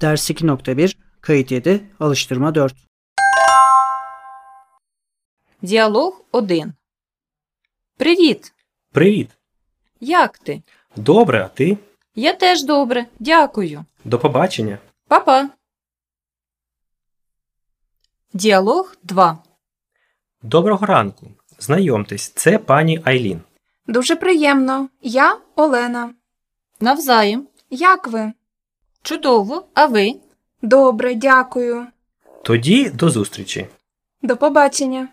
Ders 2.1 Kayıt 7 Alıştırma 4 Діалог 1. Привіт. Привіт. Як ти? Добре, а ти? Я теж добре. Дякую. До побачення. Па-па. Діалог 2. Доброго ранку. Знайомтесь, це пані Айлін. Дуже приємно. Я Олена. Навзаєм. Як ви? Чудово. А ви? Добре, дякую. Тоді до зустрічі. До побачення.